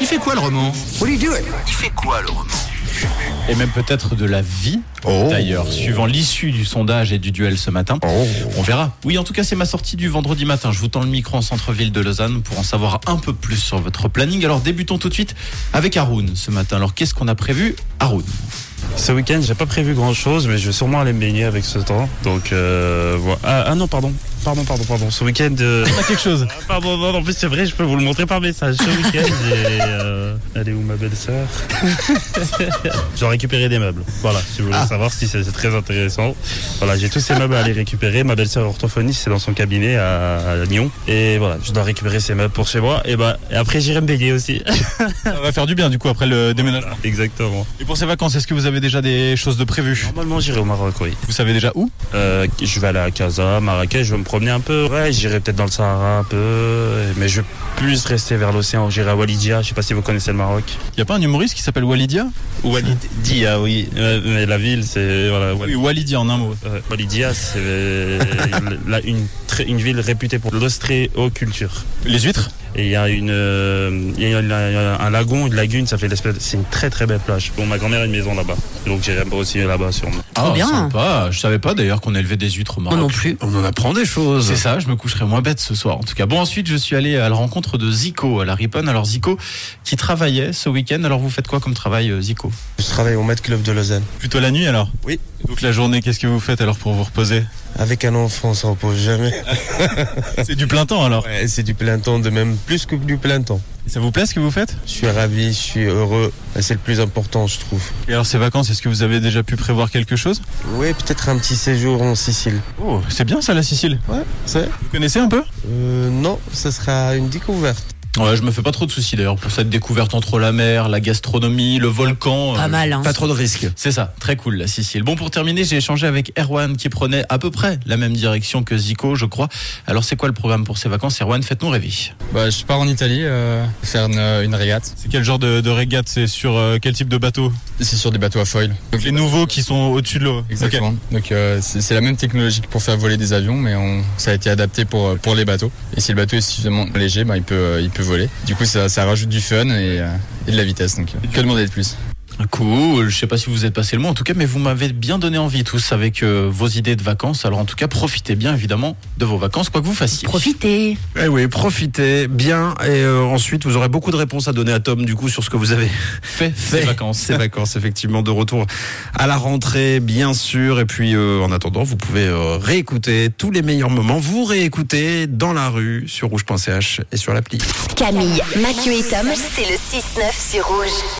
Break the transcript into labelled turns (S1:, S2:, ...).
S1: Il fait quoi le roman
S2: Il fait quoi le roman
S1: Et même peut-être de la vie,
S3: Oh.
S1: d'ailleurs, suivant l'issue du sondage et du duel ce matin. On verra. Oui, en tout cas, c'est ma sortie du vendredi matin. Je vous tends le micro en centre-ville de Lausanne pour en savoir un peu plus sur votre planning. Alors débutons tout de suite avec Haroun ce matin. Alors qu'est-ce qu'on a prévu Haroun
S4: Ce week-end, j'ai pas prévu grand-chose, mais je vais sûrement aller me baigner avec ce temps. Donc, euh, voilà. ah, ah non, pardon, pardon, pardon, pardon. Ce week-end, euh,
S1: Pas quelque chose.
S4: ah, pardon, non, en plus c'est vrai, je peux vous le montrer par message. Ce week-end, j'ai, euh, elle est où ma belle-sœur J'ai récupéré des meubles. Voilà, si vous voulez
S1: Ah.
S4: savoir si c'est c'est très intéressant. Voilà, j'ai tous ces meubles à aller récupérer. Ma belle-sœur est orthophoniste, c'est dans son cabinet à, à Lyon. Et voilà, je dois récupérer ces meubles pour chez moi. Et bah, et après j'irai me baigner aussi.
S1: Ah. Ça va faire du bien du coup après le déménagement.
S4: Exactement.
S1: Et pour ces vacances, est-ce que vous avez déjà des choses de prévues
S4: Normalement, j'irai au Maroc, oui.
S1: Vous savez déjà où
S4: Euh, je vais aller à Casa, Marrakech, je vais me promener un peu. Ouais, j'irai peut-être dans le Sahara un peu, mais je vais plus rester vers l'océan. J'irai à Walidia, je sais pas si vous connaissez le Maroc.
S1: Il y a pas un humoriste qui s'appelle Walidia
S4: Walidia, oui. Euh, mais la ville, c'est. Voilà, Wal-
S1: Oui, Walidia en un mot.
S4: euh, Walidia, c'est euh, la- une, très- une ville réputée pour l'ostréoculture.
S1: Les huîtres
S4: Et il y a une, euh, il y a une- un lagon, une lagune, ça fait l'espèce. C'est une très très belle plage. Bon, ma grand-mère a une maison là-bas, donc j'irai aussi là-bas sûrement.
S1: Ah,
S5: bien.
S1: Sympa. Je savais pas d'ailleurs qu'on élevait des huîtres au Maroc.
S5: Moi non plus.
S3: On en apprend des
S1: C'est
S3: choses.
S1: ça, je me coucherai moins bête ce soir en tout cas. Bon, ensuite, je suis allé à la rencontre de Zico à la Riponne. Alors, Zico qui travaillait ce week-end. Alors, vous faites quoi comme travail, euh, Zico
S6: Je travaille au Met Club de Lausanne.
S1: Plutôt la nuit alors
S6: Oui.
S1: Donc, la journée, qu'est-ce que vous faites alors pour vous reposer
S6: Avec un enfant, on s'en repose jamais.
S1: C'est du plein temps alors
S6: Ouais, c'est du plein temps, de même plus que du plein temps.
S1: Ça vous plaît ce que vous faites
S6: Je suis ravi, je suis heureux. Et C'est le plus important, je trouve.
S1: Et alors, ces vacances, est-ce que vous avez déjà pu prévoir quelque chose
S6: Oui, peut-être un petit séjour en Sicile.
S1: Oh, c'est bien ça, la Sicile.
S6: Ouais, c'est
S1: Vous connaissez un peu
S6: euh, Non, ça sera une découverte.
S1: Ouais, je me fais pas trop de soucis d'ailleurs pour cette découverte entre la mer, la gastronomie, le volcan.
S5: Pas
S1: euh,
S5: mal, hein.
S3: Pas trop de risques.
S1: C'est ça, très cool la Sicile. Bon, pour terminer, j'ai échangé avec Erwan qui prenait à peu près la même direction que Zico, je crois. Alors, c'est quoi le programme pour ces vacances Erwan, faites-nous rêver.
S7: Bah, je pars en Italie euh, faire une, une régate.
S1: C'est quel genre de, régate C'est sur euh, quel type de bateau
S7: C'est sur des bateaux à foil. Donc,
S1: nouveaux qui sont au-dessus de l'eau.
S7: Exactement. Donc euh, c'est c'est la même technologie que pour faire voler des avions, mais on, ça a été adapté pour euh, pour les bateaux. Et si le bateau est suffisamment léger, bah, il peut euh, il peut voler. Du coup, ça, ça rajoute du fun et, euh, et de la vitesse. Donc euh, que demander de plus
S1: Cool, je sais pas si vous êtes passé le mot en tout cas, mais vous m'avez bien donné envie tous avec euh, vos idées de vacances. Alors, en tout cas, profitez bien évidemment de vos vacances, quoi que vous fassiez.
S5: Profitez.
S3: Eh oui, profitez bien. Et euh, ensuite, vous aurez beaucoup de réponses à donner à Tom, du coup, sur ce que vous avez
S1: Fait,
S3: fait.
S1: ces vacances.
S3: Ces vacances, effectivement, de retour à la rentrée, bien sûr. Et puis, euh, en attendant, vous pouvez euh, réécouter tous les meilleurs moments. Vous réécoutez dans la rue, sur rouge.ch et sur l'appli.
S8: Camille, Mathieu et Tom, c'est le 6-9 sur Rouge.